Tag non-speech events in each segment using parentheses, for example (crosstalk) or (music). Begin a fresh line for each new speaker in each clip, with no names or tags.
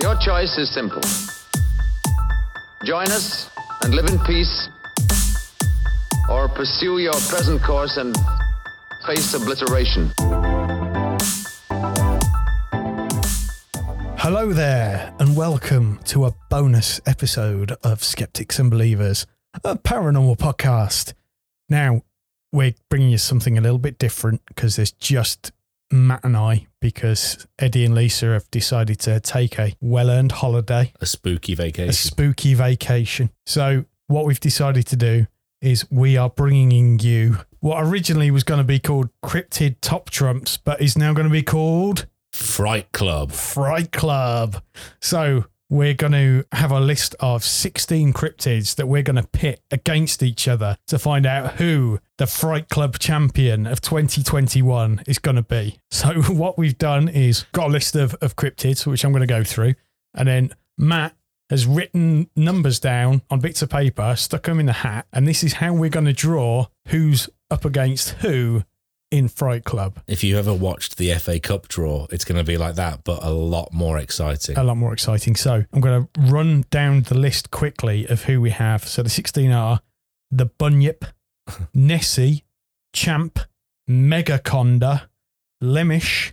Your choice is simple. Join us and live in peace, or pursue your present course and face obliteration.
Hello there, and welcome to a bonus episode of Skeptics and Believers, a paranormal podcast. Now, we're bringing you something a little bit different because there's just Matt and I, because Eddie and Lisa have decided to take a well earned holiday,
A spooky vacation.
a spooky vacation. So, what we've decided to do is we are bringing you what originally was going to be called Cryptid Top Trumps, but is now going to be called
Fright Club.
Fright Club. So we're going to have a list of 16 cryptids that we're going to pit against each other to find out who the Fright Club champion of 2021 is going to be. So (laughs) what we've done is got a list of, of cryptids, which I'm going to go through. And then Matt has written numbers down on bits of paper, stuck them in a hat. And this is how we're going to draw who's up against who in Fright Club.
If you ever watched the FA Cup draw, it's going to be like that, but a lot more exciting.
a lot more exciting. So I'm going to run down the list quickly of who we have. So the 16 are the Bunyip, Nessie, Champ, Megaconda, Lemish,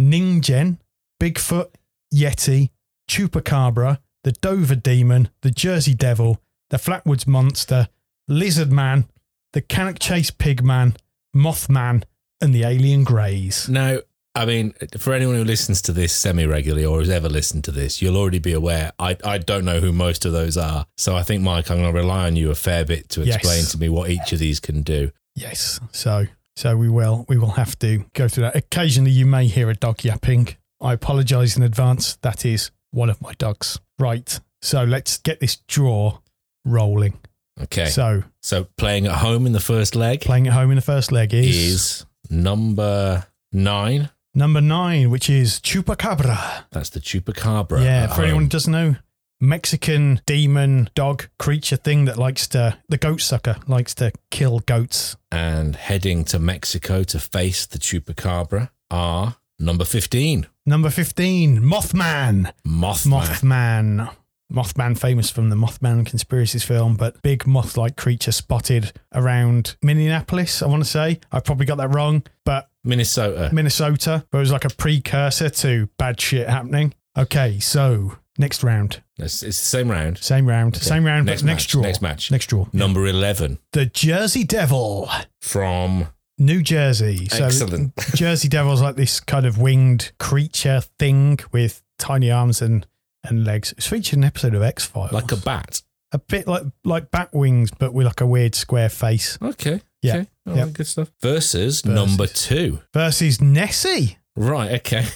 Ningen, Bigfoot, Yeti, Chupacabra, the Dover Demon, the Jersey Devil, the Flatwoods Monster, Lizard Man, the Canuck Chase Pigman, Mothman, and the Alien Greys.
Now, I mean, for anyone who listens to this semi regularly or has ever listened to this, you'll already be aware. I, I don't know who most of those are. So I think, Mike, I'm going to rely on you a fair bit to
Yes.
explain to me what each of these can do.
Yes. So so we will we will have to go through that. Occasionally you may hear a dog yapping. I apologize in advance. That is one of my dogs. Right. So let's get this draw rolling.
Okay. So,
So
playing at home in the first leg
playing at home in the first leg is,
is number nine.
number nine, which is Chupacabra.
That's the Chupacabra.
yeah,
at
for anyone who
home.
doesn't know, Mexican demon dog creature thing that likes to the goat sucker likes to kill goats.
and heading to Mexico to face the Chupacabra are number 15,
Number fifteen, Mothman.
Mothman.
Mothman. Mothman, famous from the Mothman conspiracies film, but big moth like creature spotted around Minneapolis, I want to say. I probably got that wrong, but
Minnesota.
Minnesota, but it was like a precursor to bad shit happening. Okay, so next round.
It's, it's the same round.
Same round. Same round,
Next
but next
match,
draw.
next match.
Next draw.
Number 11
The Jersey Devil,
from
New Jersey. So (laughs)
Excellent. (laughs)
Jersey Devil's like this kind of winged creature thing with tiny arms and, and legs. It's featured in an episode of X Files.
Like a Bat.
a bit like like bat wings, but with like a weird square face.
Okay.
Yeah.
Okay. All
Yeah.
right, good stuff. Versus, number two.
Versus Nessie.
Right. Okay. (laughs)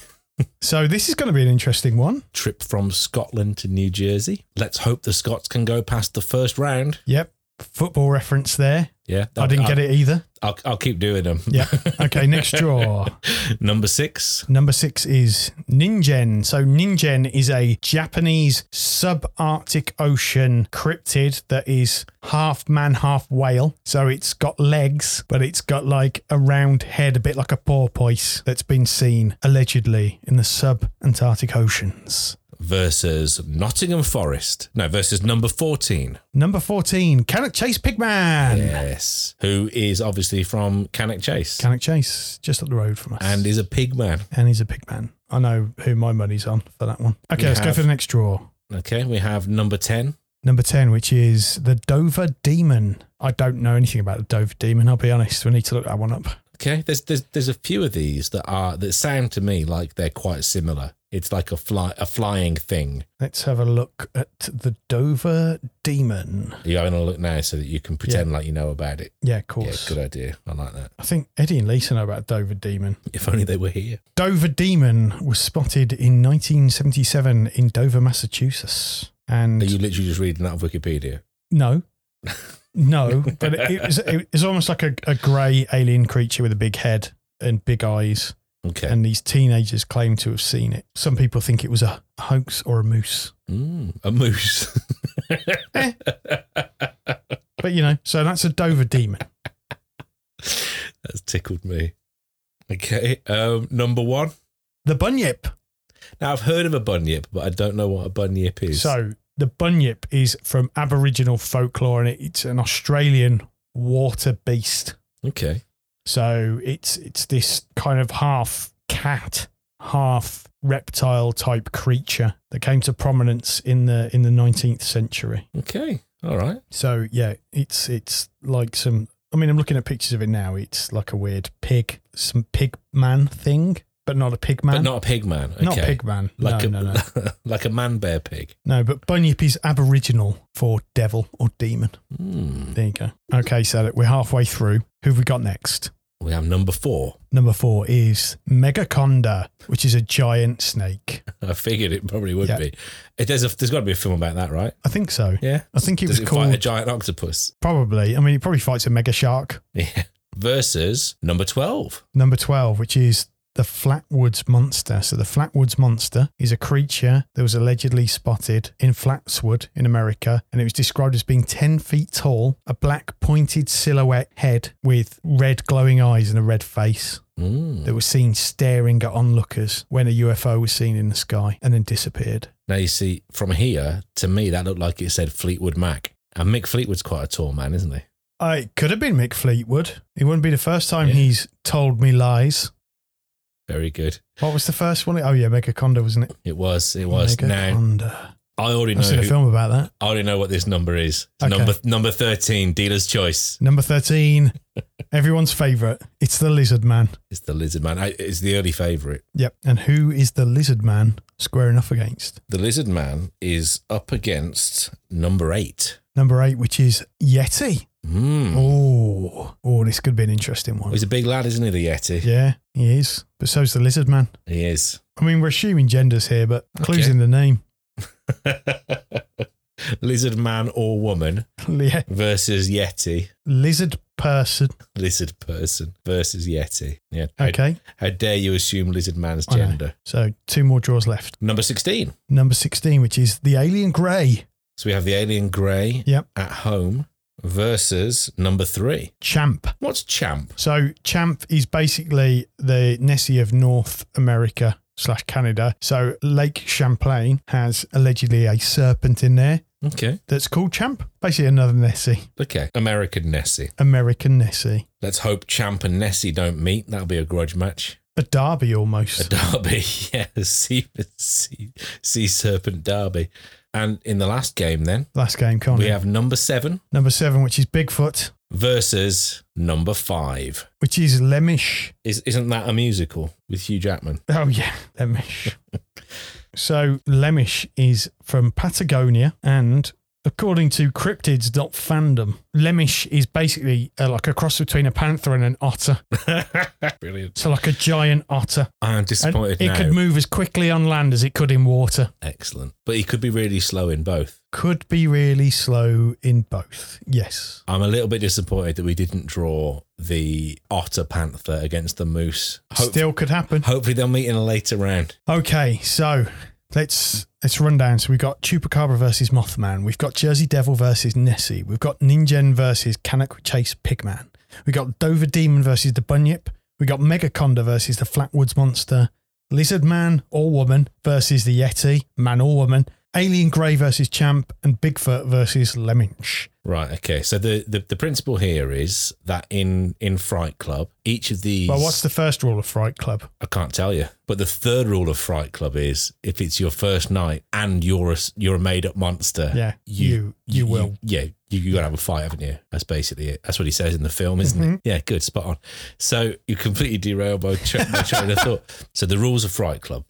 So this is going to be an interesting one.
Trip from Scotland to New Jersey. Let's hope the Scots can go past the first round.
Yep, football reference there.
Yeah.
I didn't get it either.
I'll, I'll keep doing them.
Yeah. Okay, next draw.
(laughs) number six.
Number six is Ningen. So Ningen is a Japanese subarctic ocean cryptid that is half man, half whale. So it's got legs, but it's got like a round head, a bit like a porpoise that's been seen allegedly in the sub-Antarctic oceans.
versus Nottingham Forest. No, versus number 14.
Number 14, Canuck Chase Pigman.
Yes. Who is obviously from Cannock Chase
Canuck Chase, just up the road from us.
and is a pig man.
and he's a pigman. I know who my money's on for that one. Okay,
We
let's go
have-
for the next draw.
Okay, we have number 10.
Number 10, which is the Dover Demon. I don't know anything about the Dover Demon, I'll be honest. We need to look that one up.
Okay, there's there's there's a few of these that are that sound to me like they're quite similar. It's like a fly a flying thing.
Let's have a look at the Dover Demon.
Are you having a look now so that you can pretend like you know about it?
Yeah, of
Yeah,
course.
good idea. I like that.
I think Eddie and Lisa know about Dover Demon.
If only they were here.
Dover Demon was spotted in 1977 in Dover, Massachusetts. And
Are you literally just reading that on Wikipedia?
No. No, but it, it was it was almost like a, a grey alien creature with a big head and big eyes,
Okay.
and these teenagers claim to have seen it. Some people think it was a hoax or a moose,
Mm, a moose. (laughs)
but you know, so that's a Dover demon.
That's tickled me. Okay. Um, number one.
The bunyip,
Now I've heard of a bunyip, but I don't know what a bunyip is.
So the bunyip is from Aboriginal folklore, and it's an Australian water beast.
okay,
So it's it's this kind of half cat, half reptile type creature that came to prominence in the in the 19th century.
okay, all right.
So yeah, it's it's like some I mean I'm looking at pictures of it now. It's like a weird pig, some pig man thing, but not a pig man.
But not a pig man. Okay.
Not pig man.
Like
no,
a (laughs)
no, no.
like a man bear pig.
No, but bunyip is Aboriginal for devil or demon.
Hmm.
There you go. Okay, so we're halfway through. Who've we got next?
We have number four. (laughs)
Number four is Megaconda, which is a giant snake.
I figured it probably would
Yeah.
be. It, there's a, there's got to be a film about that, right?
I think so.
Yeah.
I think it
Does
was
it
called
fight a giant octopus? (laughs)
probably. I mean, it probably fights a mega shark.
Yeah. Versus number twelve.
Number twelve, which is the Flatwoods monster. So the Flatwoods monster is a creature that was allegedly spotted in Flatswood in America, and it was described as being ten feet tall, a black pointed silhouette head with red glowing eyes and a red face.
Hmm.
that was seen staring at onlookers when a UFO was seen in the sky and then disappeared.
Now you see, from here to me, that looked like it said Fleetwood Mac, and Mick Fleetwood's quite a tall man, isn't he?
Uh, it could have been Mick Fleetwood. It wouldn't be the first time
Yeah.
he's told me lies.
Very good.
What was the first one? Oh yeah, Megaconda, wasn't it?
It was. It was. Now
Megaconda.
I already know.
I've seen a
Who,
film about that.
I already know what this number is. It's
Okay.
Number number thirteen. Dealer's choice
Number
(laughs)
thirteen, everyone's favourite. It's the Lizard Man.
is the lizard man. I, it's the early favorite.
Yep. And who is the Lizard Man squaring off against?
The lizard man is up against number eight.
Number eight, which is Yeti.
Hmm.
Oh, oh, this could be an interesting one.
He's a big lad, isn't he? The Yeti.
Yeah, he is. But so's the Lizard Man.
He is. (laughs)
I mean, we're assuming genders here, but clues
Okay.
in the name. (laughs)
lizard man or woman
Yeah.
versus Yeti.
Lizard person.
Lizard person versus Yeti. Yeah. How-
Okay.
How dare you assume lizard man's
I know.
gender?
So two more draws left.
Number 16.
Number 16, which is the alien grey.
So we have the alien grey
Yep.
at home versus number three.
Champ.
What's champ?
So Champ is basically the Nessie of North America slash Canada. So Lake Champlain has allegedly a serpent in there
Okay.
that's called Champ. Basically another Nessie.
Okay. American Nessie.
American Nessie.
Let's hope Champ and Nessie don't meet. That'll be a grudge match.
A derby
A
almost.
derby. (laughs) Yeah. a Sea, sea, sea serpent derby. And in the last game, then,
Last game, can't
we
it?
have number seven
Number seven, which is Bigfoot,
versus number five.
which is Lemish.
Is, isn't that a musical with Hugh Jackman?
Oh yeah, Lemish. so Lemish is from Patagonia, and according to cryptids.fandom, Lemish is basically uh, like a cross between a panther and an otter.
Brilliant.
So like a giant otter.
I'm
And
disappointed
it
now.
could move as quickly on land as it could in water.
Excellent. But he could be really slow in both.
Could be really slow in both. Yes.
I'm a little bit disappointed that we didn't draw the otter panther against the moose. Hope-
Still could happen.
hopefully they'll meet in a later round.
Okay, so let's let's run down. So we've got Chupacabra versus Mothman. We've got Jersey Devil versus Nessie. We've got Ninjen versus Canuck Chase Pigman. We've got Dover Demon versus the Bunyip. We've got Megaconda versus the Flatwoods Monster. Lizard Man or Woman versus the Yeti, man or woman. Alien Grey versus Champ and Bigfoot versus Leminch.
Right. Okay. So the, the, the principle here is that in in Fright Club, each of these.
Well, what's the first rule of Fright Club?
I can't tell you. But the third rule of Fright Club is if it's your first night and you're a, you're a made up monster.
Yeah, you you, will.
yeah, you, you got to have a fight, haven't you? That's basically it. That's what he says in the film, isn't
Mm-hmm.
it? Yeah, good, spot on. So you completely derailed my, tra- my train of thought. So the rules of Fright Club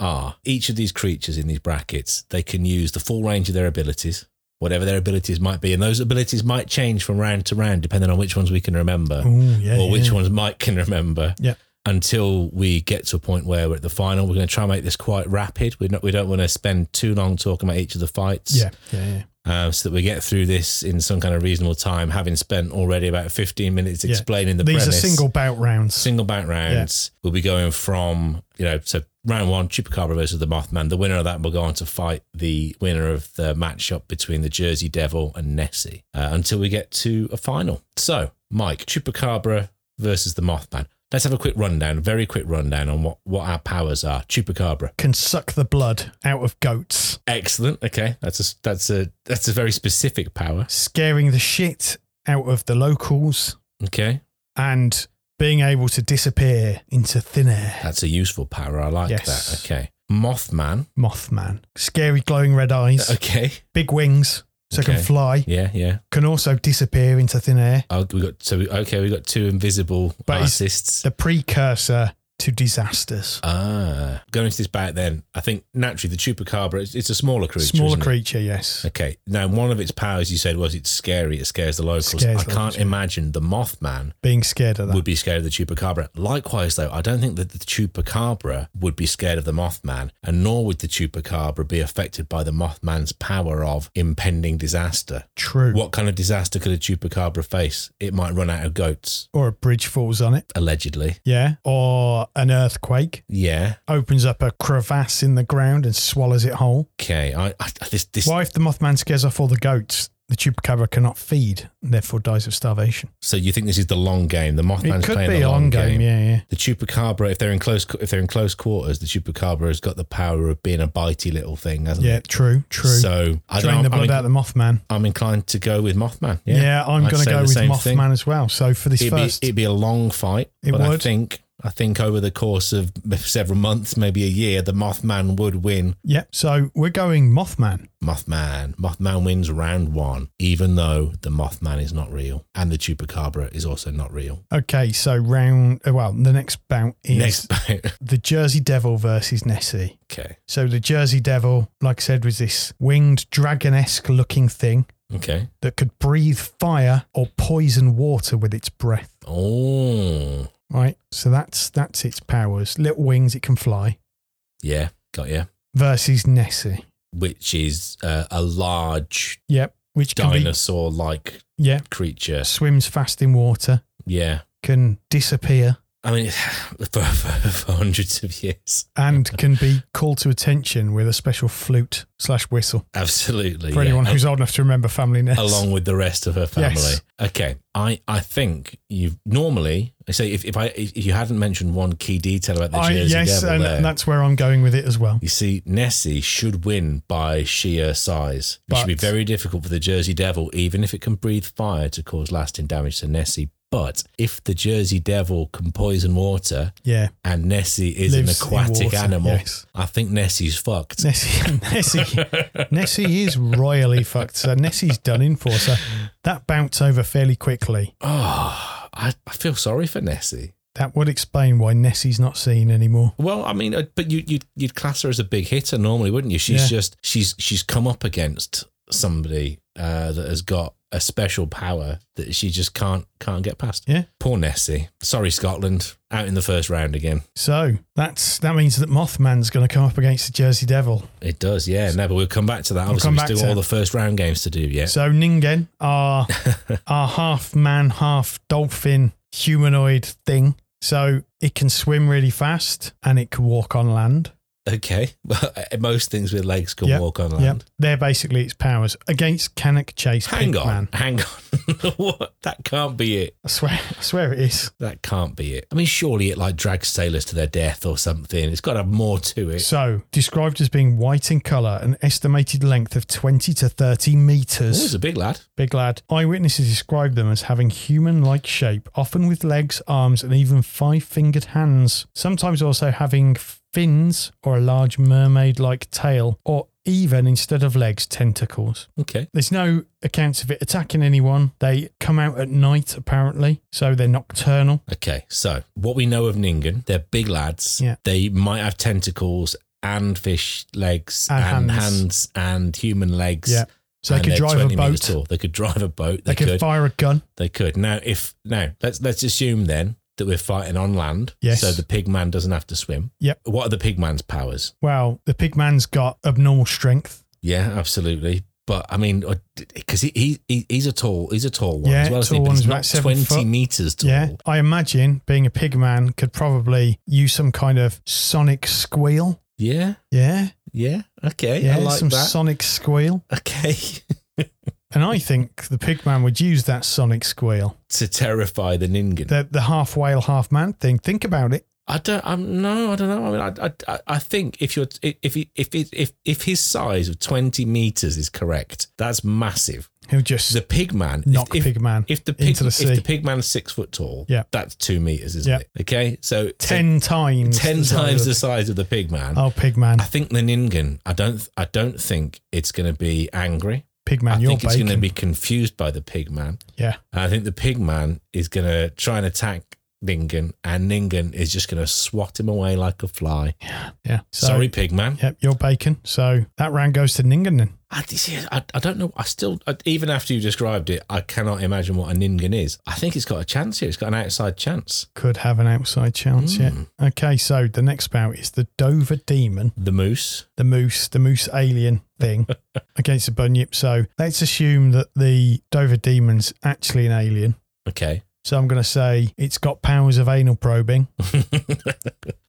are each of these creatures in these brackets, they can use the full range of their abilities, whatever their abilities might be. And those abilities might change from round to round, depending on which ones we can remember
Ooh, yeah,
or which
yeah.
ones Mike can remember.
Yeah.
Until we get to a point where we're at the final, we're going to try and make this quite rapid. We're not, we don't want to spend too long talking about each of the fights
Yeah, yeah, yeah.
uh, so that we get through this in some kind of reasonable time, having spent already about 15 minutes
Yeah.
explaining the
These are
premise.
single bout rounds.
single back rounds. We'll be going from, you know, so round one, Chupacabra versus the Mothman. The winner of that will go on to fight the winner of the matchup between the Jersey Devil and Nessie uh, until we get to a final. So, Mike, Chupacabra versus the Mothman. Let's have a quick rundown, very quick rundown on what, what our powers are. Chupacabra.
Can suck the blood out of goats,
Excellent. Okay, that's a that's a that's a very specific power.
scaring the shit out of the locals,
Okay,
and being able to disappear into thin air.
that's a useful power. I like
Yes.
that. Okay, Mothman.
Mothman. Scary glowing red eyes,
Uh, Okay,
big wings, so
Okay.
can fly,
yeah, yeah.
can also disappear into thin air.
Oh, we got so we, okay. We got two invisible
But he's-
artists.
The precursor to disasters.
Ah, going into this back then, I think naturally the chupacabra it's, it's a smaller creature.
Smaller
isn't it?
creature, yes.
Okay. Now, one of its powers you said was it's scary. It scares the locals.
Scares
I
the
can't
locals, yeah.
imagine the Mothman
Being scared of that.
would be scared of the chupacabra. Likewise, though, I don't think that the chupacabra would be scared of the Mothman, and nor would the chupacabra be affected by the Mothman's power of impending disaster.
True.
What kind of disaster could a chupacabra face? It might run out of goats,
Or a bridge falls on it.
allegedly.
Yeah. Or an earthquake
Yeah.
opens up a crevasse in the ground and swallows it whole.
Okay. I, I this this
Why, if the Mothman scares off all the goats, the chupacabra cannot feed and therefore dies of starvation?
so you think this is the long game? The Mothman's
it could
playing
be
the
a long game. Yeah, yeah.
The chupacabra, if they're in close, if they're in close quarters, the chupacabra has got the power of being a bitey little thing, hasn't
Yeah,
it?
true, true.
So I
Drain
don't know.
the blood
I'm,
out of the Mothman.
I'm inclined to go with Mothman. Yeah,
Yeah, I'm
I'd
going to
say
go
the
with
same
Mothman
thing.
as well. So for this
It'd be,
first,
it'd be a long fight,
It
but I
would.
think I think over the course of several months, maybe a year, the Mothman would win.
yeah. So we're going Mothman.
Mothman, Mothman wins round one, even though the Mothman is not real and the chupacabra is also not real.
Okay, so round. uh, Well, the next bout is
Next bout.
the Jersey Devil versus Nessie.
okay,
So the Jersey Devil, like I said, was this winged dragon-esque looking thing
okay.
that could breathe fire or poison water with its breath.
Oh,
Right. So that's that's its powers. Little wings, it can fly.
yeah, got you.
Versus Nessie.
Which is uh, a large
Yep. Which can be
dinosaur like
yeah
creature.
swims fast in water,
Yeah.
can disappear,
I mean, (laughs) for, for, for hundreds of years.
and
(laughs)
can be called to attention with a special flute slash whistle.
Absolutely.
For
yeah.
anyone who's old enough to remember Family Nest.
Along with the rest of her family.
Yes.
Okay. I, I think you've normally, I say, if, if I if you hadn't mentioned one key detail about the
I,
Jersey
yes,
Devil
and
there,
that's where I'm going with it as
(laughs)
well.
you see, Nessie should win by sheer size. It should be
But-
very difficult for the Jersey Devil, even if it can breathe fire, to cause lasting damage to Nessie. But if the Jersey Devil can poison water,
Yeah.
and Nessie is an
Lives in
aquatic
water,
animal.
yes.
I think Nessie's fucked.
Nessie, (laughs)
(laughs)
Nessie, Nessie is royally fucked. So Nessie's done in for. So that bounced over fairly quickly.
Oh, I, I feel sorry for Nessie.
That would explain why Nessie's not seen anymore.
Well, I mean, uh, but you, you'd you'd class her as a big hitter normally, wouldn't you? She's
Yeah.
just she's she's come up against somebody uh, that has got a special power that she just can't can't get past.
Yeah.
Poor Nessie. Sorry, Scotland, out in the first round again.
So that's that means that Mothman's going to come up against the Jersey Devil.
It does, yeah. No, but we'll come back to that. Obviously,
come
we
back
still
to
got all
it.
the first round games to do. Yeah,
So Ningen,
(laughs)
our our half man, half dolphin humanoid thing. So it can swim really fast and it can walk on land.
okay. Well, (laughs) most things with legs can
Yep,
walk on land.
They're basically its powers against Canuck Chase
Hang
Pigman.
on, hang on. (laughs) what? That can't be it.
I swear, (laughs) I swear it is.
That can't be it. I mean, surely it like drags sailors to their death or something. It's got to have more to it.
So, described as being white in colour, an estimated length of 20 to 30
Oh, he's
metres.
a big lad.
Big lad. Eyewitnesses describe them as having human like shape, often with legs, arms, and even five fingered hands, sometimes also having fins or a large mermaid like tail, or even instead of legs, tentacles.
Okay.
There's no accounts of it attacking anyone. They come out at night, apparently, so they're nocturnal.
Okay. So, what we know of Ningen, they're big lads.
Yeah.
They might have tentacles and fish legs
And
and
hands.
hands, and human legs.
Yeah. So they
And
could
they're
drive
20
a
metres
boat,
tall. They could drive a boat. They,
they
could
could fire a gun.
They could. Now, if now let's let's assume then that we're fighting on land.
Yes.
So the pig man doesn't have to swim.
Yep.
What are the pig man's powers?
Well, the pig man's got abnormal strength.
Yeah, absolutely. But I mean, because he, he he he's a tall he's a tall one
Yeah,
as well. Isn't he?
tall
But
one,
he's
he's
not
about seven
twenty
foot.
meters tall.
Yeah. I imagine being a pig man could probably use some kind of sonic squeal.
yeah,
Yeah.
yeah. Okay,
Yeah.
I like
some
that.
sonic squeal.
okay,
And I think the pig man would use that sonic squeal,
(laughs) to terrify the Ningen.
the, the half whale, half man thing. Think about it.
I don't. I'm no. I don't know. I mean, I, I- I, I think if you're, if he, if it, if if his size of twenty meters is correct, that's massive.
He'll just
The pig man,
knock
if,
pig man
If the pig,
into the sea.
if the pig man's six foot tall,
Yeah.
that's two meters, isn't
Yeah.
it? Okay, so
ten times.
ten
the size
times
of-
the size of the pig man.
Oh, pig man.
I think the Ningen. I don't. I don't think it's going to be angry.
Pig man,
I
you're
think it's
bacon.
going to be confused by the pig man.
yeah.
And I think the pig man is going to try and attack Ningen, and Ningen is just going to swat him away like a fly.
Yeah. So,
Sorry, pig man.
Yep, you're bacon. So that round goes to Ningen then.
I, you see, I, I don't know. I still, I, even after you described it, I cannot imagine what a Ningen is. I think it's got a chance here. It's got an outside chance.
Could have an outside chance,
Hmm.
yeah. Okay, so the next bout is the Dover Demon,
The moose.
the moose, the moose alien
(laughs)
thing against the Bunyip. So let's assume that the Dover Demon's actually an alien.
Okay.
So I'm going to say it's got powers of anal
(laughs)
probing,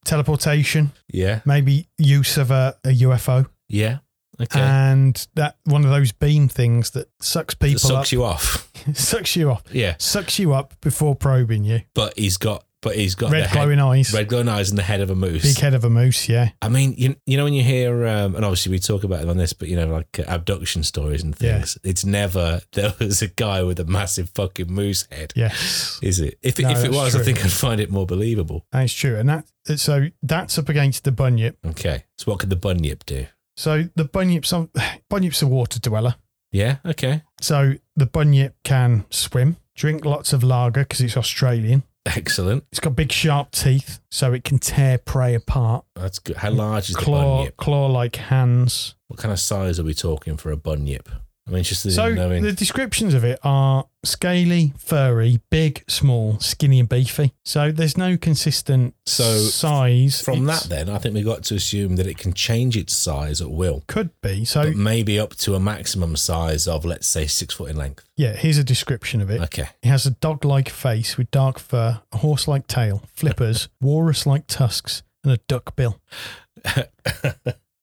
teleportation,
yeah.
maybe use of a, a UFO,
Yeah.
Uh,
Okay.
and that one of those beam things that sucks people
It sucks
up,
you off. (laughs)
(laughs) sucks you off,
Yeah.
sucks you up before probing you.
But he's got, but he's got the
Red
head,
glowing eyes,
red glowing eyes and the head of a moose.
big head of a moose, yeah.
I mean, you, you know, when you hear, um, and obviously we talk about it on this, but you know, like uh, abduction stories and
Yeah.
things, it's never (laughs) there was a guy with a massive fucking moose head, (laughs)
Yes,
is it? If, it
No,
if it
that's
was, I
true.
think I'd find it more believable.
that's true. And that so that's up against the bunyip.
Okay. So what could the bunyip do?
So the bunyip's on, (sighs) bunyip's a water dweller.
Yeah. Okay.
So the bunyip can swim, drink lots of lager because it's Australian.
Excellent.
It's got big sharp teeth, so it can tear prey apart.
That's good. How large is the
Claw
bunyip?
claw like hands.
What kind of size are we talking for a bunyip? I'm interested in
So
knowing.
the descriptions of it are scaly, furry, big, small, skinny and beefy. So there's no consistent
So
size.
From
It's-
that, then, I think we've got to assume that it can change its size at will,
could be. So
but maybe up to a maximum size of, let's say, six foot in length.
yeah, here's a description of it.
Okay.
It has a dog like face with dark fur, a horse like tail, flippers, walrus like tusks, and a duck bill.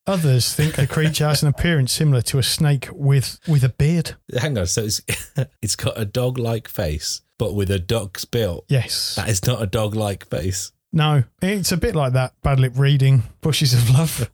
Others think the creature has an appearance similar to a snake with, with a beard.
Hang on. So it's (laughs) it's got a dog like face, but with a duck's bill.
Yes.
That is not a dog like face.
No, it's a bit like that bad lip reading, Bushes of Love.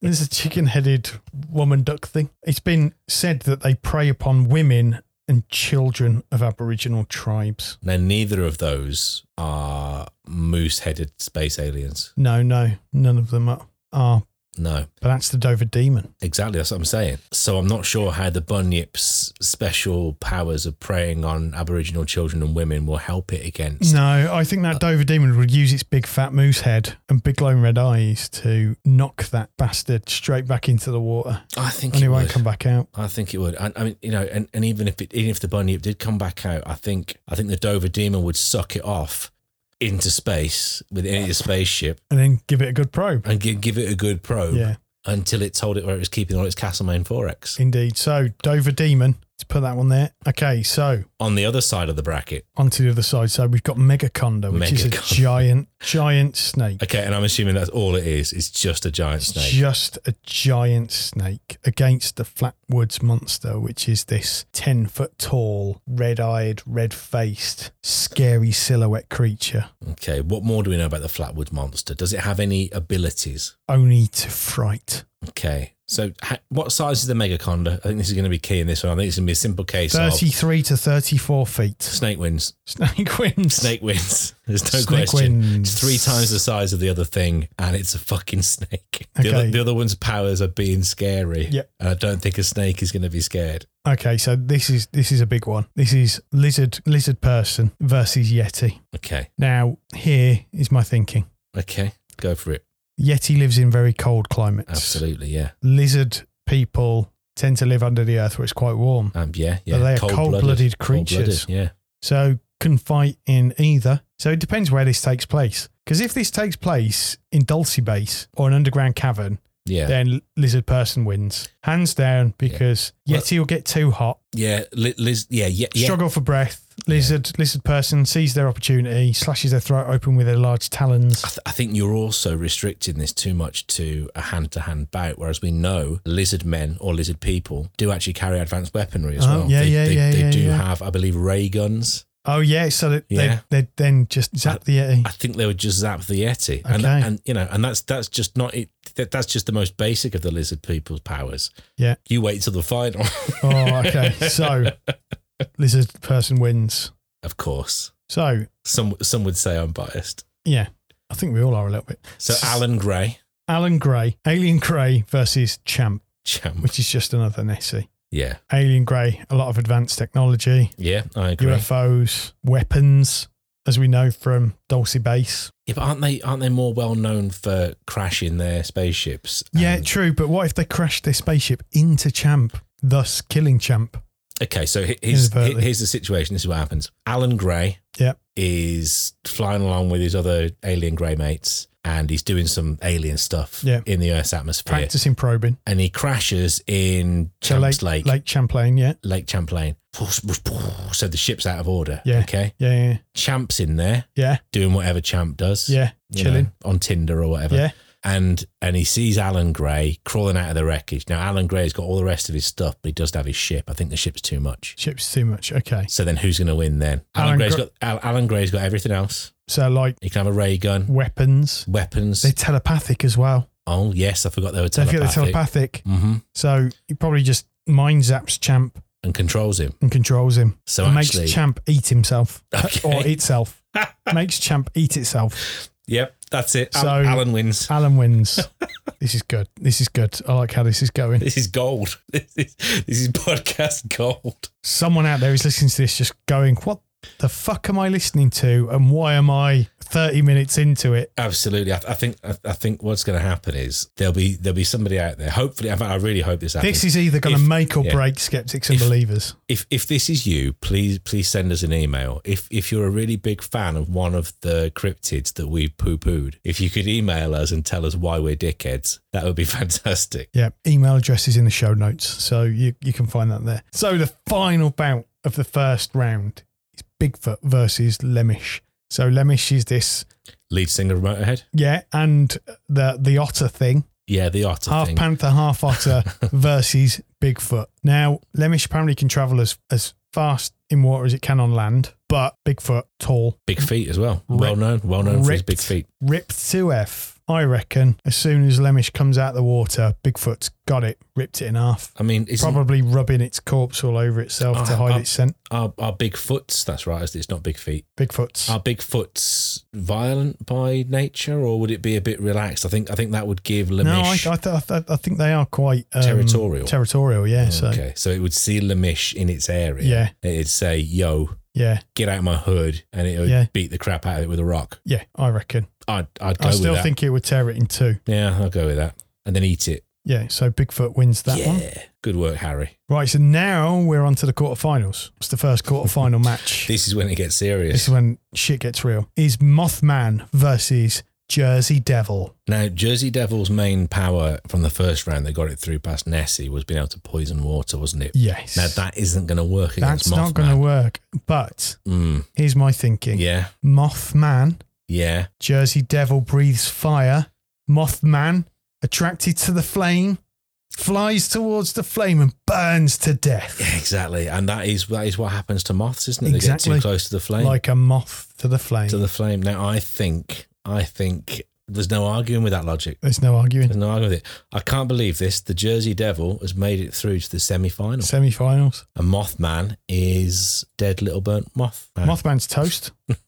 There's a chicken headed woman duck thing. It's been said that they prey upon women and children of Aboriginal tribes.
Now, neither of those are moose headed space aliens.
No, no, none of them are. are
No,
but that's the Dover demon.
exactly. That's what I'm saying. So I'm not sure how the bunyip's special powers of preying on Aboriginal children and women will help it against.
No, I think that Dover demon would use its big fat moose head and big glowing red eyes to knock that bastard straight back into the water,
I think
and he
it
won't
would.
come back out.
I think it would. I, I mean, you know, and, and even if it, even if the bunyip did come back out, I think I think the Dover Demon would suck it off into space within a spaceship
And then give it a good probe.
and give, give it a good probe
Yeah,
until it told it where it was keeping all its Castlemaine forex.
indeed. So Dover demon. Let's put that one there. Okay, so
On the other side of the bracket,
onto the other side. So we've got Megaconda, which is a
Megaconda.
giant, giant snake.
okay, and I'm assuming that's all it is. It's just a giant snake.
Just a giant snake against the Flatwoods monster, which is this 10 foot tall, red eyed, red faced, scary silhouette creature,
okay, what more do we know about the Flatwood Monster? Does it have any abilities?
only to fright.
Okay, so ha- what size is the Megaconda? I think this is going to be key in this one. I think it's going to be a simple case of
33 to 34 feet.
snake wins.
Snake wins.
Snake wins. (laughs) There's no
Snake
question.
wins.
It's three times the size of the other thing, and it's a fucking snake. The,
Okay.
other, the other one's powers are being scary.
Yep.
And I don't think a snake is going to be scared.
Okay, so this is this is a big one. This is lizard lizard person versus yeti.
Okay.
Now, here is my thinking.
Okay. Go for it.
Yeti lives in very cold climates.
Absolutely. Yeah.
Lizard people tend to live under the earth where it's quite warm.
Um, yeah. Yeah.
But they are
Cold-blooded.
cold-blooded
Cold-blooded,
creatures.
Yeah.
So can fight in either. So it depends where this takes place. Because if this takes place in Dulcie Base or an underground cavern,
Yeah. Yeah.
then lizard person wins. Hands down, because
Well-
Yeti will get too hot,
yeah. Li- Liz, yeah. Yeah. Yeah.
struggle for breath, Lizard, lizard person sees their opportunity, slashes their throat open with their large talons.
I, th- I think you're also restricting this too much to a hand to hand bout, whereas we know lizard men or lizard people do actually carry advanced weaponry as
Oh,
well.
yeah,
they,
yeah,
they,
yeah,
they
yeah,
do
yeah.
have, I believe, ray guns.
Oh yeah, so that
Yeah.
they they then just zap the
I (laughs)
yeti.
think they would just zap the yeti, and
Okay.
and you know, and that's that's just not it. That, that's just the most basic of the lizard people's powers.
Yeah.
You wait till the final, (laughs)
Oh okay. So lizard person wins.
of course.
So
Some some would say I'm biased.
yeah, I think we all are a little bit.
So Alan Gray,
Alan Gray, Alien Gray versus Champ,
champ.
which is just another Nessie.
Yeah,
Alien Grey, a lot of advanced technology,
yeah, I agree.
UFOs, weapons, as we know from Dulcie Base.
Yeah, but aren't they aren't they more well known for crashing their spaceships?
Yeah,
And-
true. But what if they crashed their spaceship into Champ, thus killing Champ?
Okay, so he- here's he-
Inadvertently.
here's the situation. This is what happens. Alan Gray,
Yeah.
is flying along with his other alien Grey mates, and he's doing some alien stuff
Yeah.
in the Earth's atmosphere.
Practicing probing.
and he crashes in
So
Champs
Lake,
Lake,
Lake Champlain, yeah.
Lake Champlain. So the ship's out of order.
Yeah.
Okay.
Yeah, yeah,
Champ's in there
yeah.
doing whatever Champ does.
Yeah,
you know,
chilling.
on Tinder or whatever.
Yeah.
And and he sees Alan Gray crawling out of the wreckage. Now Alan Gray's got all the rest of his stuff, but he doesn't have his ship. I think the ship's too much.
Ship's too much. Okay.
So then who's going to win then? Alan,
Alan
Gray's
Gr-
got Al- Alan Gray's got everything else.
So, like,
He can have a ray gun,
weapons.
weapons.
They're telepathic as well.
oh yes, I forgot they were
So if you're the telepathic,
telepathic.
Mm-hmm.
hmm
so he probably just mind zaps Champ
And controls him.
and controls him.
So
and
actually-
makes Champ eat (laughs) himself
Okay.
or (laughs) itself. makes Champ eat itself.
Yep, that's it. Al-
So-
Alan wins.
Alan wins. (laughs) this is good. This is good. I like how this is going.
This is gold. (laughs) This is, this is podcast gold.
Someone out there is listening to this just going, what the fuck am I listening to? And why am I 30 minutes into it?
Absolutely. I, I think I, I think what's going to happen is there'll be there'll be somebody out there. Hopefully, I, I really hope this happens.
This is either going to
If-
make or
yeah.
break skeptics and
If-
believers.
if if this is you, please please send us an email. If if you're a really big fan of one of the cryptids that we've poo pooed, if you could email us and tell us why we're dickheads, that would be (laughs) fantastic.
Yeah, email address is in the show notes, so you, you can find that there. So the final bout of the first round is Bigfoot versus Lemish. So Lemish is this,
Lead singer of Motorhead.
yeah, and the the otter thing,
Yeah, the otter
half
thing.
panther, half
(laughs)
otter versus Bigfoot. Now Lemish apparently can travel as as fast in water as it can on land, but Bigfoot tall,
big feet as well. Well known. Well known for his
ripped.
big feet.
ripped to f. I reckon as soon as Lemish comes out of the water, Bigfoot's got it, ripped it in half.
I mean, it's
Probably rubbing its corpse all over itself to
Oh,
hide
oh.
its scent.
our our big foots. That's right. It's not big feet.
Bigfoot's.
Are Bigfoots violent by nature, or would it be a bit relaxed? I think I think that would give Lemish.
no, I, I, th- I, th- I think they are quite um,
Territorial.
Territorial, yeah. So
okay, so it would see Lemish in its area.
Yeah.
it'd say, "Yo,
yeah,
get out of my hood," and it would
Yeah.
beat the crap out of it with a rock.
yeah, I reckon.
I'd I'd go
I
with
still
that.
think it would tear it in two.
yeah, I'll go with that, and then eat it.
Yeah, so Bigfoot wins that
yeah,
one.
good work, Harry.
Right, so now we're on to the quarterfinals. It's the first
(laughs)
quarterfinal match.
This is when it gets
This
serious.
is when shit gets real. Is Mothman versus Jersey Devil?
Now, Jersey Devil's main power from the first round, they got it through past Nessie, was being able to poison water, wasn't it?
Yes.
Now that isn't going to work against
That's not going to
Mothman.
work. But
Mm,
here's my thinking
yeah,
Mothman,
yeah.
Jersey Devil breathes fire. Mothman, attracted to the flame, flies towards the flame and burns to death.
Yeah, exactly. And that is that is what happens to moths, isn't it? They
Exactly.
get too close to the flame.
Like a moth to the flame.
to the flame. Now I think I think there's no arguing with that logic.
There's no
There's
arguing.
no arguing with it. I can't believe this. The Jersey Devil has made it through to the semi final.
Semi finals.
A Mothman is dead little burnt moth.
Mothman's toast. (laughs)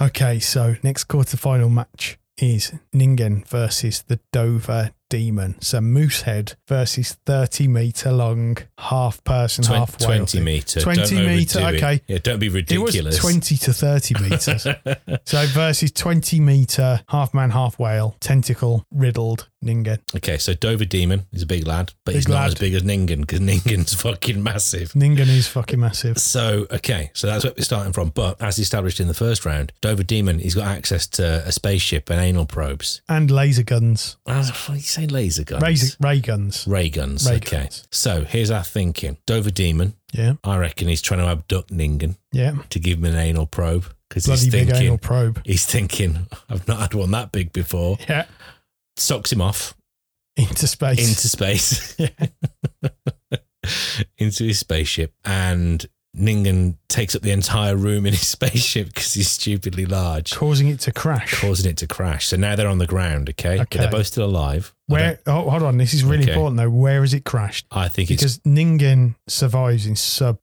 Okay, so next quarterfinal match is Ningen versus the Dover Demon. So Moosehead versus 30 meter long, half person,
Twen-
half whale.
20 meter.
20
don't
meter,
overdo it.
okay.
Yeah, don't be
It was
ridiculous.
20 to
(laughs)
30 meters. so versus 20 meter, half man, half whale, tentacle riddled Ningen.
okay, so Dover Demon is a big lad, but he's
Big
not
lad.
as big as Ningen because Ningen's (laughs) fucking massive.
Ningen is fucking massive.
So okay, so that's what we're starting from. But as established in the first round, Dover Demon he's got access to a spaceship and anal probes.
And laser guns.
As you say, say laser guns?
Ray, ray guns.
Ray guns.
Ray
okay.
guns.
So here's our thinking. Dover Demon,
Yeah.
I reckon he's trying to abduct Ningen
Yeah.
to give him an anal probe because
Bloody
he's
big
thinking,
anal probe.
he's thinking, I've not had one that big before.
Yeah. (laughs)
Sucks him off
Into space.
into space, (laughs) into his spaceship, and Ningen takes up the entire room in his (laughs) spaceship because he's stupidly large,
causing it to crash.
causing it to crash. So now they're on the ground. Okay, But
Okay.
they're both still alive. I don't-
Where? Oh, hold on. This is really
Okay.
important, though. Where has it crashed?
I, think it's
Because Ningen survives in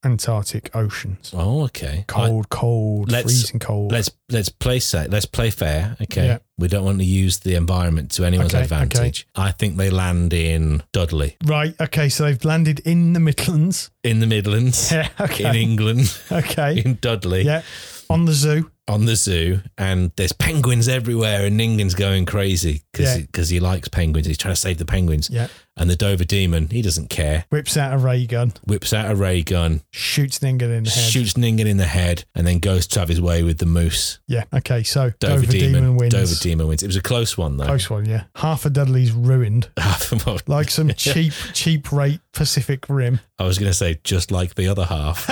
sub-Antarctic oceans,
oh okay. I-
cold, cold,
Let's-
freezing cold.
let's let's play sa Let's play fair. Okay,
Yeah.
we don't want to use the environment to anyone's
Okay,
advantage. I think they land in Dudley
right. Okay. So they've landed in the Midlands. (laughs)
in the Midlands.
Yeah.
In
Okay.
England, (laughs)
Okay.
in Dudley,
Yeah. On the zoo.
on the zoo and there's penguins everywhere and Ningan's going crazy because
Yeah.
he, likes penguins. He's trying to save the penguins.
Yeah.
And the Dover demon, he doesn't care,
Whips out a ray gun,
whips out a ray gun,
shoots Ningen in the head.
shoots Ningan in the head and then goes to have his way with the moose.
Yeah. Okay. So
Dover,
Dover,
demon,
Demon, wins.
Dover demon wins. It was a close one though.
Close one. Yeah. Half of Dudley's ruined.
Half of (laughs) what-
Like
(laughs)
some cheap, cheap rate Pacific Rim.
I was going to say just like the other (laughs) half.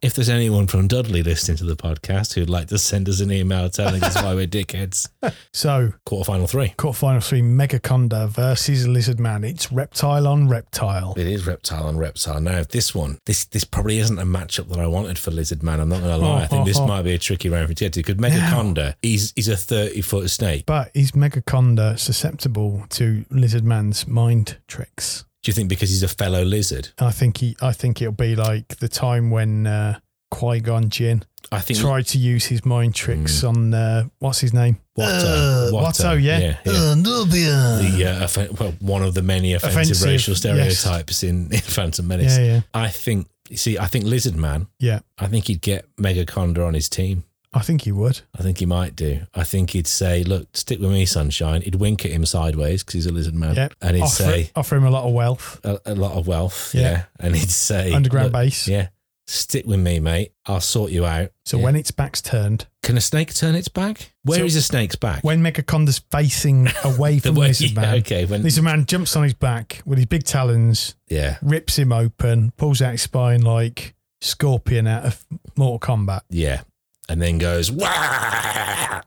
if there's anyone from Dudley listening to the podcast who'd like to send us an email telling us why we're dickheads, (laughs)
So
quarterfinal three.
quarterfinal three, Megaconda versus Lizard Man. It's reptile on reptile.
It is reptile on reptile. Now this one, this this probably isn't a matchup that I wanted for Lizard Man. I'm not going to lie. I think this might be a tricky round for Jetty because Megaconda, he's he's a thirty foot snake.
But is Megaconda susceptible to Lizard Man's mind tricks?
Do you think because he's a fellow lizard?
I think he. I think it'll be like the time when uh, Qui Gon Jinn
I think
tried to use his mind tricks on uh, what's his name?
Mm. Watto,
Uh, Watto, yeah.
yeah, yeah. the uh, offen- well, one of the many offensive,
Offensive,
racial
yes.
stereotypes in, (laughs) in Phantom Menace.
Yeah, yeah,
I think. You see, I think Lizard Man.
yeah.
I think he'd get Megaconda on his team.
I think he would.
I think he might do. I think he'd say, "Look, stick with me, sunshine." He'd wink at him sideways because he's a lizard man,
Yeah,
and he'd
offer,
say,
offer him a lot of wealth,
a, a lot of wealth. Yeah.
Yeah.
And he'd say
underground
"Look,
base.
Yeah. Stick with me, mate. I'll sort you out.
So
Yeah.
when its back's turned,
can a snake turn its back? Where is
So-
a snake's back?
when Megaconda's facing away
(laughs) the
from
way,
Lizard
yeah,
Man,
okay, when
Lizard Man jumps on his back with his big talons,
yeah,
rips him open, pulls out his spine like Scorpion out of Mortal Kombat.
yeah, and then goes. Wah!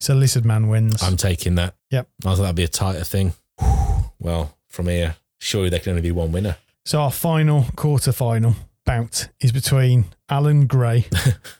So Lizard Man wins.
I'm taking that.
Yep.
I thought that'd be a tighter thing. (sighs) Well, from here, surely there can only be one winner.
so our final quarterfinal bout is between Alan
(laughs)
Gray,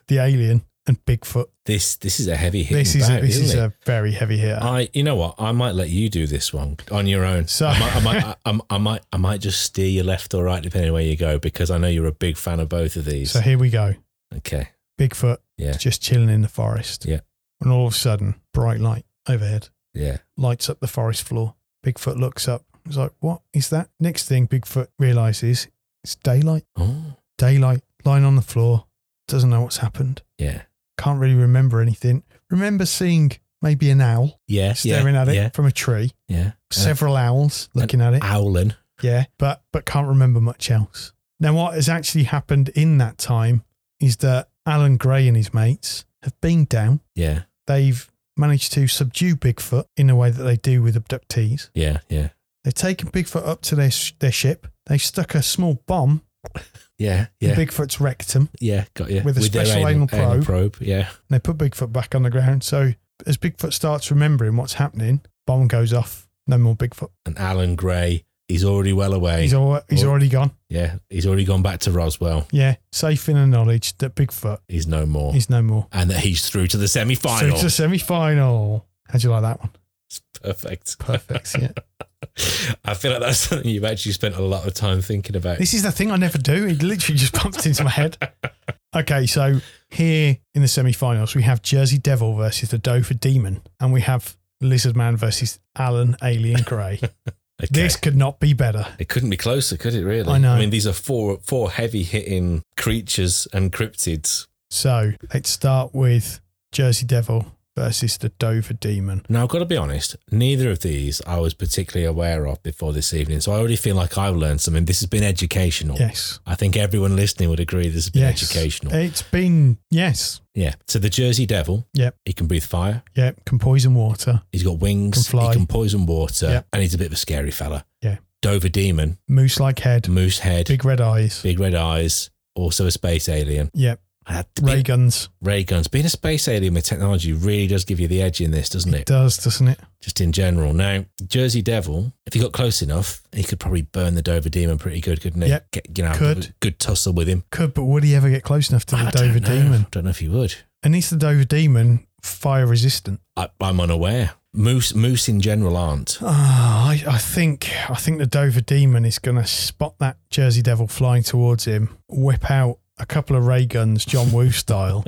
the alien, and Bigfoot.
This this is a heavy hit.
This is a,
bout,
this
isn't
is
it? Oh,
a very heavy hitter.
I, you know what? I might let you do this one on your own.
So-
I, might, I, might, I, I'm- I might, I might just steer you left or right depending on where you go because I know you're a big fan of both of these.
so here we go.
okay,
Bigfoot
Yeah.
is just chilling in the forest.
Yeah.
And all of a sudden, bright light overhead
yeah,
lights up the forest floor. Bigfoot looks up. He's like, "What is that?" Next thing, Bigfoot realizes it's daylight.
oh,
Daylight lying on the floor. Doesn't know what's happened.
yeah,
Can't really remember anything. Remember seeing maybe an owl
yeah,
staring
yeah,
at it
yeah,
from a tree.
yeah.
Several owls looking at it.
Owlin.
Yeah, but but can't remember much else. Now, what has actually happened in that time is that Alan Gray and his mates have been down.
Yeah,
They've managed to subdue Bigfoot in a way that they do with abductees.
yeah, yeah,
They've taken Bigfoot up to their sh- their ship. They stuck a small bomb
yeah,
in
yeah,
Bigfoot's rectum,
yeah. Got you
with a
their
special anal probe.
Yeah,
and they put Bigfoot back on the ground. So as Bigfoot starts remembering what's happening, bomb goes off. No more Bigfoot.
and Alan Gray. He's already well away.
He's al- he's
Oh.
already gone.
yeah, he's already gone back to Roswell.
Yeah, safe in the knowledge that Bigfoot
He's no more,
is no more.
and that he's through to the
So
semi-final.
it's a semi-final. How'd you like that one?
Perfect. (laughs)
Perfect. Yeah.
I feel like that's something you've actually spent a lot of time thinking about.
this is the thing I never do. It literally just popped into my head. Okay, so here in the semi-finals we have Jersey Devil versus the Dover Demon, and we have Lizard Man versus Alan Alien Grey.
(laughs) Okay.
This could not be better.
It couldn't be closer, could it? Really?
I know.
I mean, these are four four heavy hitting creatures and cryptids.
So let's start with Jersey Devil versus the Dover Demon.
Now, I've got to be honest, neither of these I was particularly aware of before this evening. So I already feel like I've learned something. This has been educational.
Yes.
I think everyone listening would agree this has been
Yes. Eh.
educational.
It's been, yes.
yeah. So the Jersey Devil,
Yep.
he can breathe fire,
Yep. Can poison water.
he's got wings,
Can fly.
he can poison water,
Yeah.
and he's a bit of a scary fella.
Yeah.
Dover Demon,
Moose like head.
moose head, big,
Big red eyes.
red eyes, also a space alien.
Yep.
And that-
Ray
being-
guns.
ray guns. Being a space alien with technology really does give you the edge in this, doesn't
It
it?
does, doesn't it?
just in general. Now, Jersey Devil, if he got close enough, he could probably burn the Dover Demon pretty good, couldn't he?
Yep.
Get, you know,
Could.
have a good tussle with him.
Could, but would he ever get close enough to the
I
Dover
don't know.
Demon?
don't know if he would.
And is the Dover Demon fire resistant?
I, I'm unaware. Moose, moose in general aren't.
Ah, I, I think I think the Dover Demon is going to spot that Jersey Devil flying towards him, whip out a couple of ray guns, John Woo (laughs) style,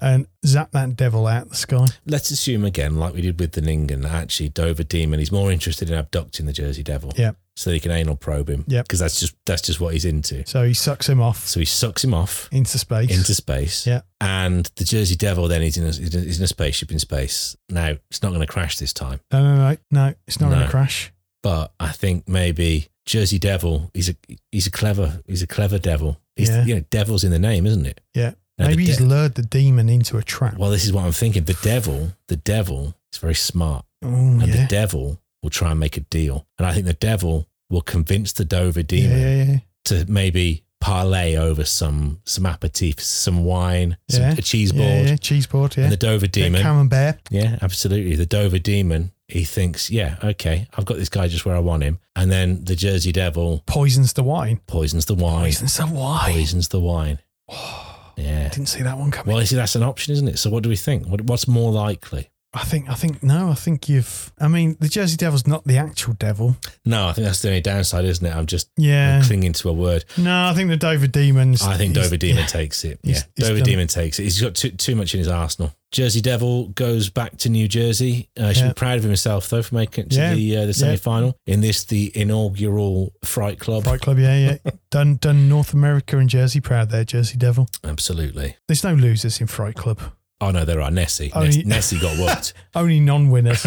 and zap that devil out the sky.
Let's assume again, like we did with the Ningen, that actually Dover Demon is more interested in abducting the Jersey Devil.
Yep.
So that he can anal probe him.
Yep.
Because that's just that's just what he's into.
So he sucks him off
So he sucks
(laughs)
him off
into space.
into space.
Yeah.
And the Jersey Devil then is in a, is in a spaceship in space. Now it's not going to crash this time.
no, no, no, no, it's not going
No.
to crash.
but I think maybe Jersey Devil. He's a he's a clever he's a clever devil. He's,
Yeah.
You know, devil's in the name, isn't it?
Yeah,
Now, the
maybe he's
de-
lured the demon into a trap.
well, this is what I'm thinking. The devil, the devil is very smart,
oh
and the
yeah.
devil will try and make a deal. And I think the devil will convince the Dover
yeah,
demon
yeah, yeah,
to maybe parlay over some some aperitifs, some wine, some,
Yeah.
a cheese board,
yeah, yeah, cheese board, yeah.
and the Dover demon.
Bit camembert.
Yeah, absolutely. The Dover Demon, he thinks, yeah, okay, I've got this guy just where I want him. And then the Jersey Devil
poisons the wine.
poisons the wine.
Poisons the wine.
Poisons the wine.
(sighs)
Yeah.
Oh, Didn't see that one coming.
Well, you see, that's an option, isn't it? So, what do we think? What, what's more likely?
I think, I think, no, I think you've. I mean, the Jersey Devil's not the actual devil.
No, I think that's the only downside, isn't it? I'm just
Yeah.
clinging to a word.
No, I think the Dover Demons.
I think
he's-
Dover Demon
yeah,
takes it. Yeah,
He's- he's
Dover
done-
Demon takes it. He's got too, too much in his arsenal. Jersey Devil goes back to New Jersey. Uh, should
Yeah.
be proud of himself though for making it to
Yeah.
the uh, the
Yeah.
semi final in this the inaugural Fright Club.
Fight Club, yeah,
(laughs)
yeah. done, done North America and Jersey proud there, Jersey Devil.
Absolutely.
There's no losers in Fright Club.
Oh no, there are Nessie.
Oh,
Ness-
yeah.
Nessie
(laughs)
got whooped.
Only
(laughs)
non-winners.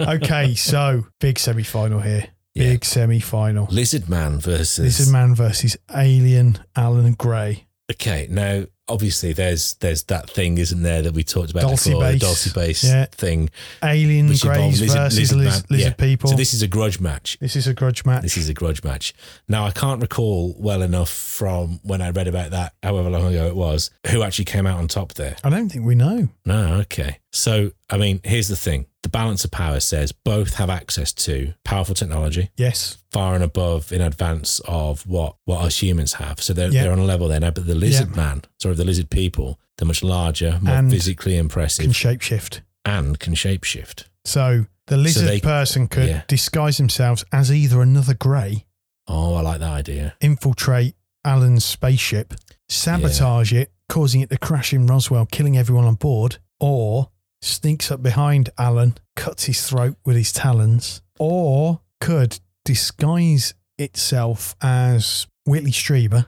okay, so big semi-final here.
Yeah.
Big semi-final.
Lizard Man versus
This is man versus alien Alan Gray.
Okay, now obviously there's there's that thing, isn't there, that we talked about
Dulcie
before,
Base.
the Dulcie Base
Yeah.
thing,
Alien
which
Grays
involves lizard,
versus
lizard,
lizard,
man.
lizard,
Yeah.
people.
So
this,
this is a grudge match.
is a grudge match.
This is a grudge match. Now I can't recall well enough from when I read about that, however long ago it was, who actually came out on top there.
I don't think we know.
No, okay. So I mean, here's the thing: the balance of power says both have access to powerful technology.
Yes.
far and above in advance of what what us humans have. So they're
Yeah.
they're on a level there now. But the lizard
Yeah.
man, sorry, the lizard people, they're much larger, more
And
physically
Can
impressive,
shapeshift.
and can shapeshift.
So the lizard
they-
person could
yeah.
disguise themselves as either another Grey,
Oh, I like that idea.
infiltrate Alan's spaceship, sabotage it, causing it to crash in Roswell, killing everyone on board, or sneaks up behind Alan, cuts his throat with his talons, or could disguise itself as Whitley Strieber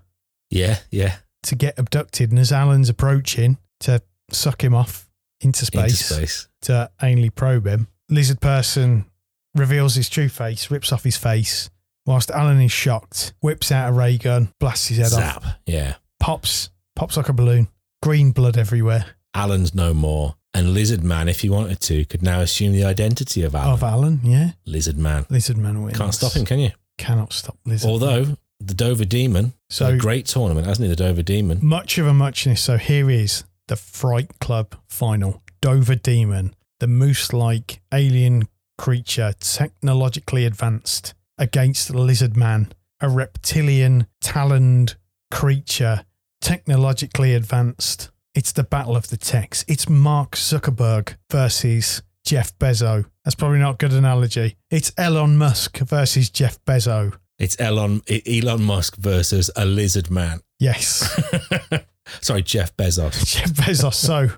Yeah, yeah.
to get abducted, and as Alan's approaching, to suck him off
Into space.
to anally probe him. Lizard person reveals his true face, rips off his face, whilst Alan is shocked, whips out a ray gun, blasts his head off,
Zap. Yeah.
pops, pops like a balloon, green blood everywhere
Alan's no more. And Lizard Man, if he wanted to, could now assume the identity of Alan.
of Alan. Yeah,
Lizard Man.
lizard man wins.
Can't stop him, can you?
Cannot stop lizard.
Although the Dover Demon, so
So-
a great tournament, hasn't he? The Dover Demon.
much of a muchness. So here is the Fright Club final. Dover Demon, the moose-like alien creature, technologically advanced, against Lizard Man, a reptilian taloned creature, technologically advanced. It's the battle of the techs. It's Mark Zuckerberg versus Jeff Bezos. That's probably not a good analogy. It's Elon Musk versus Jeff Bezos.
It's Elon Elon Musk versus a Lizard Man. (laughs)
Yes. (laughs)
Sorry, Jeff Bezos.
Jeff Bezos. So,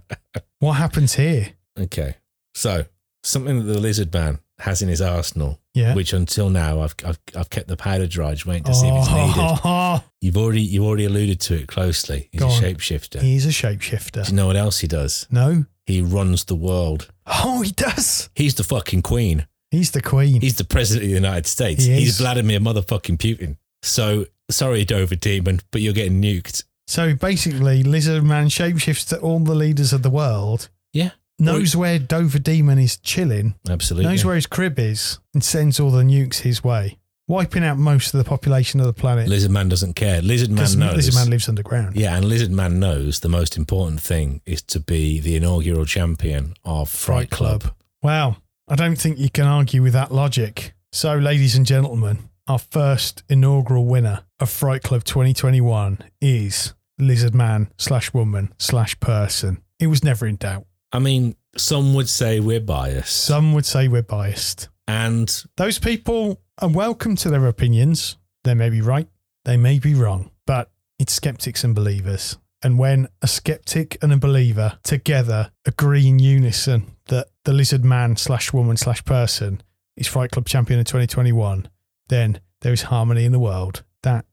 what happens here?
Okay. So something that the lizard man has in his arsenal,
Yeah.
which until now I've, I've I've kept the powder dry, just waiting to see if
Oh.
it's needed. You've already you have already alluded to it closely. He's
Go
a
on.
shapeshifter.
(laughs) He's a
Do
shapeshifter.
you know what else he does?
No,
He runs the world.
Oh, he does.
He's the fucking queen.
He's the queen.
He's the president of the United States.
He
He's
is.
Vladimir motherfucking Putin. So sorry, Dover Demon, but you're getting nuked.
so basically, Lizard Man shapeshifts to all the leaders of the world,
Yeah,
knows where Dover Demon is chilling,
absolutely.
knows where his crib is, and sends all the nukes his way, wiping out most of the population of the planet.
Lizard Man doesn't care. Lizard Man
Because
knows.
Lizard Man lives underground.
yeah, and Lizard Man knows the most important thing is to be the inaugural champion of Fright Club.
Wow. I don't think you can argue with that logic. So, ladies and gentlemen, our first inaugural winner of Fright Club 2021 is Lizard Man slash woman slash person. It was never in doubt.
I mean, some would say we're biased,
Some would say we're biased.
and
Those people are welcome to their opinions. They may be right, they may be wrong, but it's skeptics and believers. And when a skeptic and a believer together agree in unison that the lizard man slash woman slash person is Fight Club champion in 2021, then there is harmony in the world. That,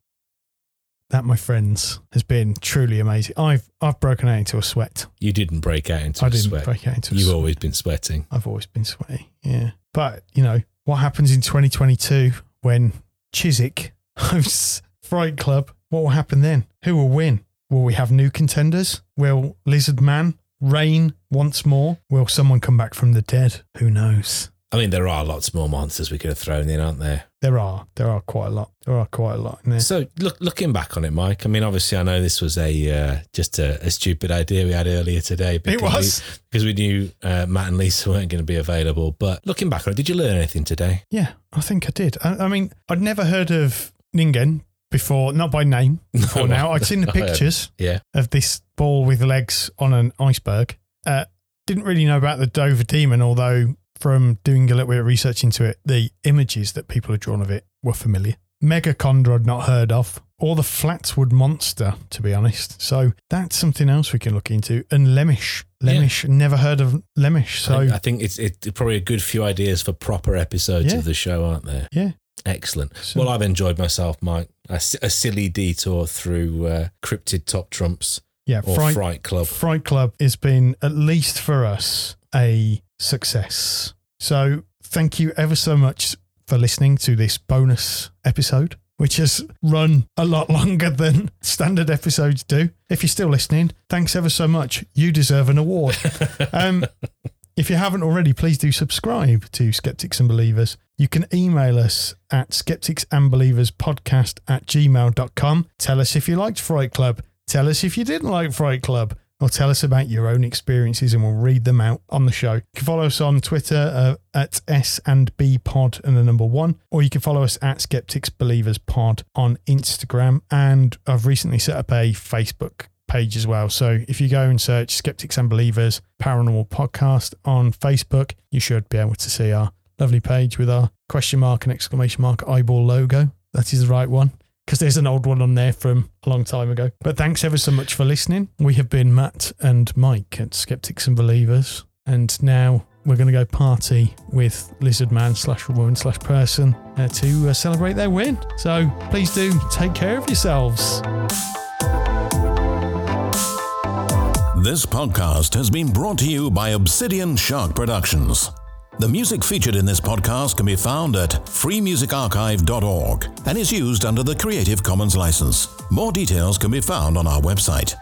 that, my friends, has been truly amazing. I've I've broken out into a sweat.
you didn't break out into
I
a
didn't
sweat.
break out into a
You've
sweat.
always been sweating.
I've always been sweaty. Yeah. But, you know, what happens in 2022 when Chiswick (laughs) hosts Fright Club? What will happen then? Who will win? Will we have new contenders? Will Lizard Man reign once more? Will someone come back from the dead? Who knows?
I mean, there are lots more monsters we could have thrown in, aren't there?
There are. There are quite a lot. There are quite a lot in there.
So, look, looking back on it, Mike. I mean, obviously, I know this was a uh, just a, a stupid idea we had earlier today.
It was.
we- because we knew uh, Matt and Lisa weren't going to be available. But looking back on it, did you learn anything today?
Yeah, I think I did. I, I mean, I'd never heard of Ningen before, not by
(laughs)
name before now. I'd seen the
I hadn't.
pictures.
Yeah,
of this ball with legs on an iceberg. Uh, didn't really know about the Dover Demon, although from doing a little bit of research into it, the images that people had drawn of it were familiar. Megachondra I'd not heard of, or the Flatwood Monster, to be honest. So that's something else we can look into. And Lemish. Lemish, never heard of Lemish. So,
I think it's it's probably a good few ideas for proper episodes
Yeah.
of the show, aren't there?
yeah.
Excellent.
So-
well, I've enjoyed myself, Mike. A, s- a silly detour through uh, cryptid top trumps
Yeah.
or
Fright,
Fright Club.
Fright Club has been, at least for us, a success. So thank you ever so much for listening to this bonus episode, which has run a lot (laughs) longer than standard episodes do. If you're still listening, thanks ever so much. You deserve an award. um, if you haven't already, please do subscribe to Skeptics and Believers. You can email us at skepticsandbelieverspodcast at gmail.com. Tell us if you liked Fright Club. Tell us if you didn't like Fright Club. Or tell us about your own experiences and we'll read them out on the show. You can follow us on Twitter uh, at S and B Pod and the number one, or you can follow us at Skeptics Believers Pod on Instagram. And I've recently set up a Facebook page as well. So if you go and search Skeptics and Believers Paranormal Podcast on Facebook, you should be able to see our lovely page with our question mark and exclamation mark eyeball logo. That is the right one because there's an old one on there from a long time ago. But thanks ever so much for listening. We have been Matt and Mike at Skeptics and Believers, and now we're going to go party with Lizard Man slash Woman slash Person uh, to uh, celebrate their win. So please do take care of yourselves.
This podcast has been brought to you by Obsidian Shark Productions. The music featured in this podcast can be found at freemusicarchive.org and is used under the Creative Commons license. More details can be found on our website.